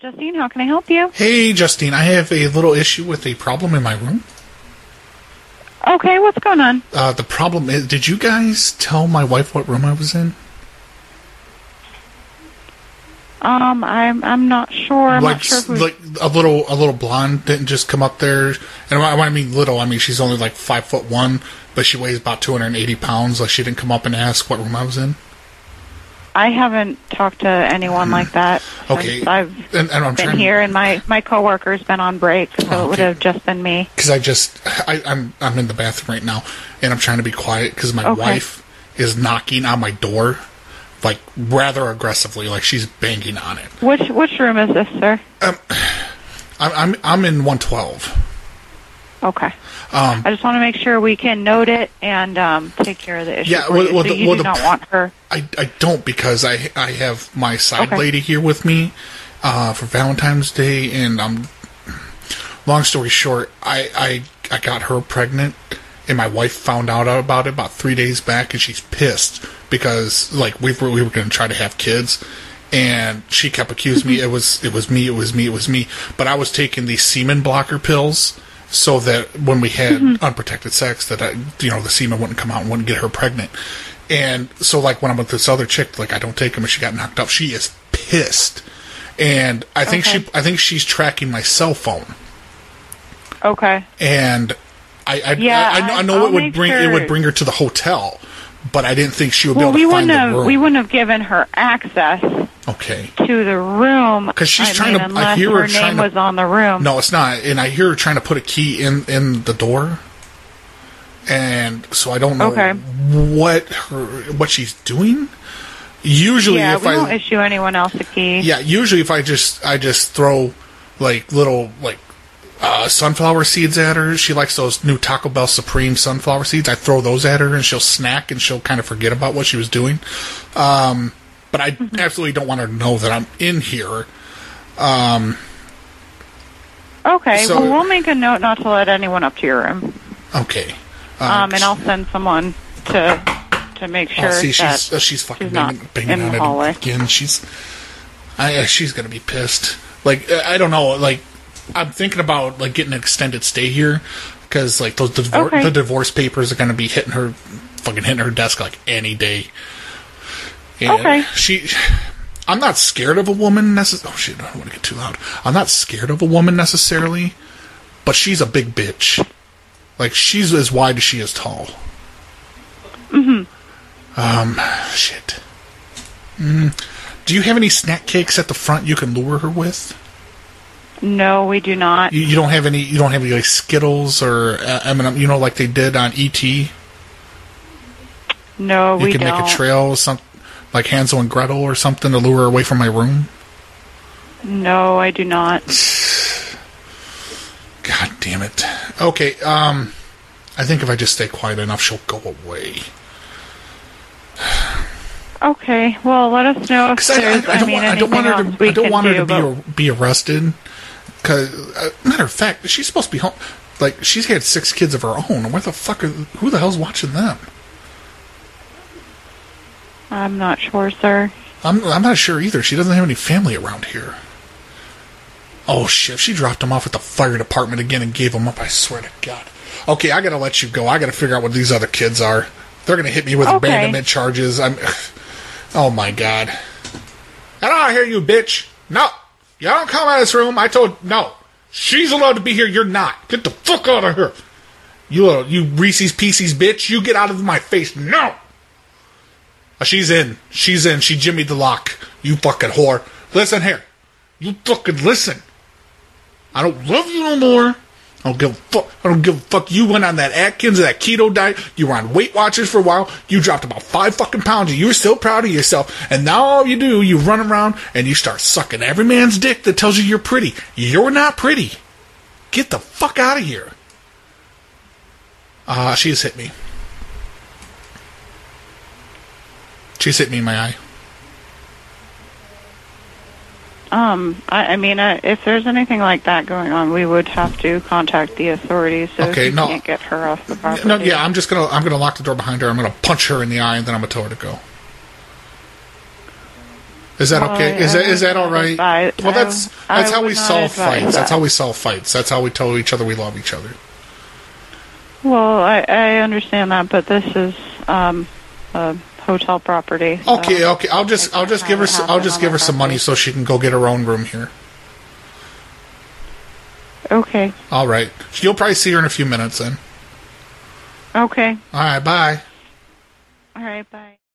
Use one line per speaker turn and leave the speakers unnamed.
Justine, how can I help you?
Hey, Justine, I have a little issue with a problem in my room.
Okay, what's going on?
Uh, the problem is, did you guys tell my wife what room I was in?
Um, I'm I'm not sure. I'm
like,
not sure
s-
who's
like a little, a little blonde didn't just come up there. And when I- when I mean little, I mean she's only like five foot one, but she weighs about two hundred and eighty pounds. Like she didn't come up and ask what room I was in.
I haven't talked to anyone like that. since
Okay.
I've
And, and I'm
been
trying
here, and my my coworker's been on break, so it would
Oh, Okay.
have just been me.
because I just, I, I'm, I'm in the bathroom right now, and I'm trying to be quiet because my
Okay.
wife is knocking on my door, like rather aggressively, like she's banging on it.
Which which room is this, sir?
I'm, I'm, I'm in one twelve.
Okay. Um, I just want to make sure we can note it and um, take care of the issue.
Yeah,
for
well-
you.
well,
so
the-
you
well,
do
the-
not want her.
I, I don't because I I have my side
Okay.
lady here with me uh, for Valentine's Day, and um, long story short, I, I I got her pregnant, and my wife found out about it about three days back, and she's pissed because like we were we were going to try to have kids, and she kept accusing me it was it was me it was me it was me, but I was taking these semen blocker pills. So that when we had unprotected sex, that I, you know, the semen wouldn't come out and wouldn't get her pregnant. And so, like, when I'm with this other chick, like, I don't take them, and she got knocked up. She is pissed, and I think
Okay.
she, I think she's tracking my cell phone,
Okay.
and I, I,
Yeah,
I, I know, I
I-
know
I'll
it would
make
bring, it
sure-
would bring her to the hotel, but I didn't think she would
Well,
be
we
able to find
wouldn't
the
have
room.
we wouldn't have given her access
okay,
to the room
'Cause she's
I
trying
mean,
to- I
Unless
hear her
her
trying
name
to-
was on the room.
no, it's not. And I hear her trying to put a key in in the door, and so I don't know
Okay.
what her what she's doing. Usually,
Yeah,
if
we
I
won't issue anyone else a key.
yeah usually if i just i just throw like little like uh, sunflower seeds at her she likes those new taco bell supreme sunflower seeds i throw those at her and she'll snack and she'll kind of forget about what she was doing um, but i absolutely don't want her to know that i'm in here
Okay.
So-
well, we'll make a note not to let anyone up to your room,
okay
um, and I'll send someone to to make sure
Uh, oh, see
that
she's uh, she's fucking
she's not
banging, banging
in the
on it
hallway.
again she's I, uh, she's gonna be pissed like uh, i don't know like i'm thinking about like getting an extended stay here because like those divor-
Okay.
the divorce papers are gonna be hitting her fucking hitting her desk like any day and
Okay.
she i'm not scared of a woman necess- oh shit i don't want to get too loud i'm not scared of a woman necessarily but she's a big bitch like she's as wide as she is tall
Mm-hmm.
Um, Shit. Mm. Do you have any snack cakes at the front you can lure her with?
no, we do not.
You, you don't have any. You don't have any like Skittles or uh, M&M. You know, like they did on ET. You
No, we
can
don't.
make a trail, some like Hansel and Gretel or something to lure her away from my room.
No, I do not.
God damn it. Okay. Um, I think if I just stay quiet enough, she'll go away.
Okay. Well, let us know if
Because I, I, I
there's.
don't,
I, mean,
want, I don't want
anything
her
else
to.
we
I don't
can
want her to
do,
be
but-
ar- be arrested. Because uh, matter of fact, she's supposed to be home. Like she's had six kids of her own. and Where the fuck are who the hell's watching them?
I'm not sure, sir.
I'm I'm not sure either. She doesn't have any family around here. Oh shit! She dropped him off at the fire department again and gave him up. I swear to God. Okay, I gotta let you go. I gotta figure out what these other kids are. They're gonna hit me with
Okay.
abandonment charges. I'm. Oh my God. I don't hear you, bitch. No, you don't come out of this room. I told no. She's allowed to be here. You're not. Get the fuck out of here. You little you Reese's Pieces bitch. You get out of my face. No. Uh, She's in. She's in. She jimmied the lock. You fucking whore. Listen here. You fucking listen. I don't love you no more. I don't give a fuck. I don't give a fuck. You went on that Atkins, that keto diet. You were on Weight Watchers for a while. You dropped about five fucking pounds. and You were still proud of yourself. And now all you do, you run around and you start sucking every man's dick that tells you you're pretty. You're not pretty. Get the fuck out of here. Ah, she has hit me. She's hit me in my eye.
Um, I, I mean, uh, if there's anything like that going on, we would have to contact the authorities. So
Okay,
if we
no.
can't get her off the property.
No, yeah, I'm just gonna I'm gonna lock the door behind her. I'm gonna punch her in the eye, and then I'm gonna tell her to go. Is that
Well,
okay?
I-
Is
I
that is that all right?
would not advise-
Well,
I-
that's
I
that's how
would
we
not
solve
advise
fights. That's
that.
how we solve fights. That's how we tell each other we love each other.
Well, I, I understand that, but this is um, a hotel property. so-
Okay, okay. I'll just I'll just give her s- I'll just give her some money so she can go get her own room here.
Okay.
All right. You'll probably see her in a few minutes then.
Okay.
All right. Bye.
All right. Bye.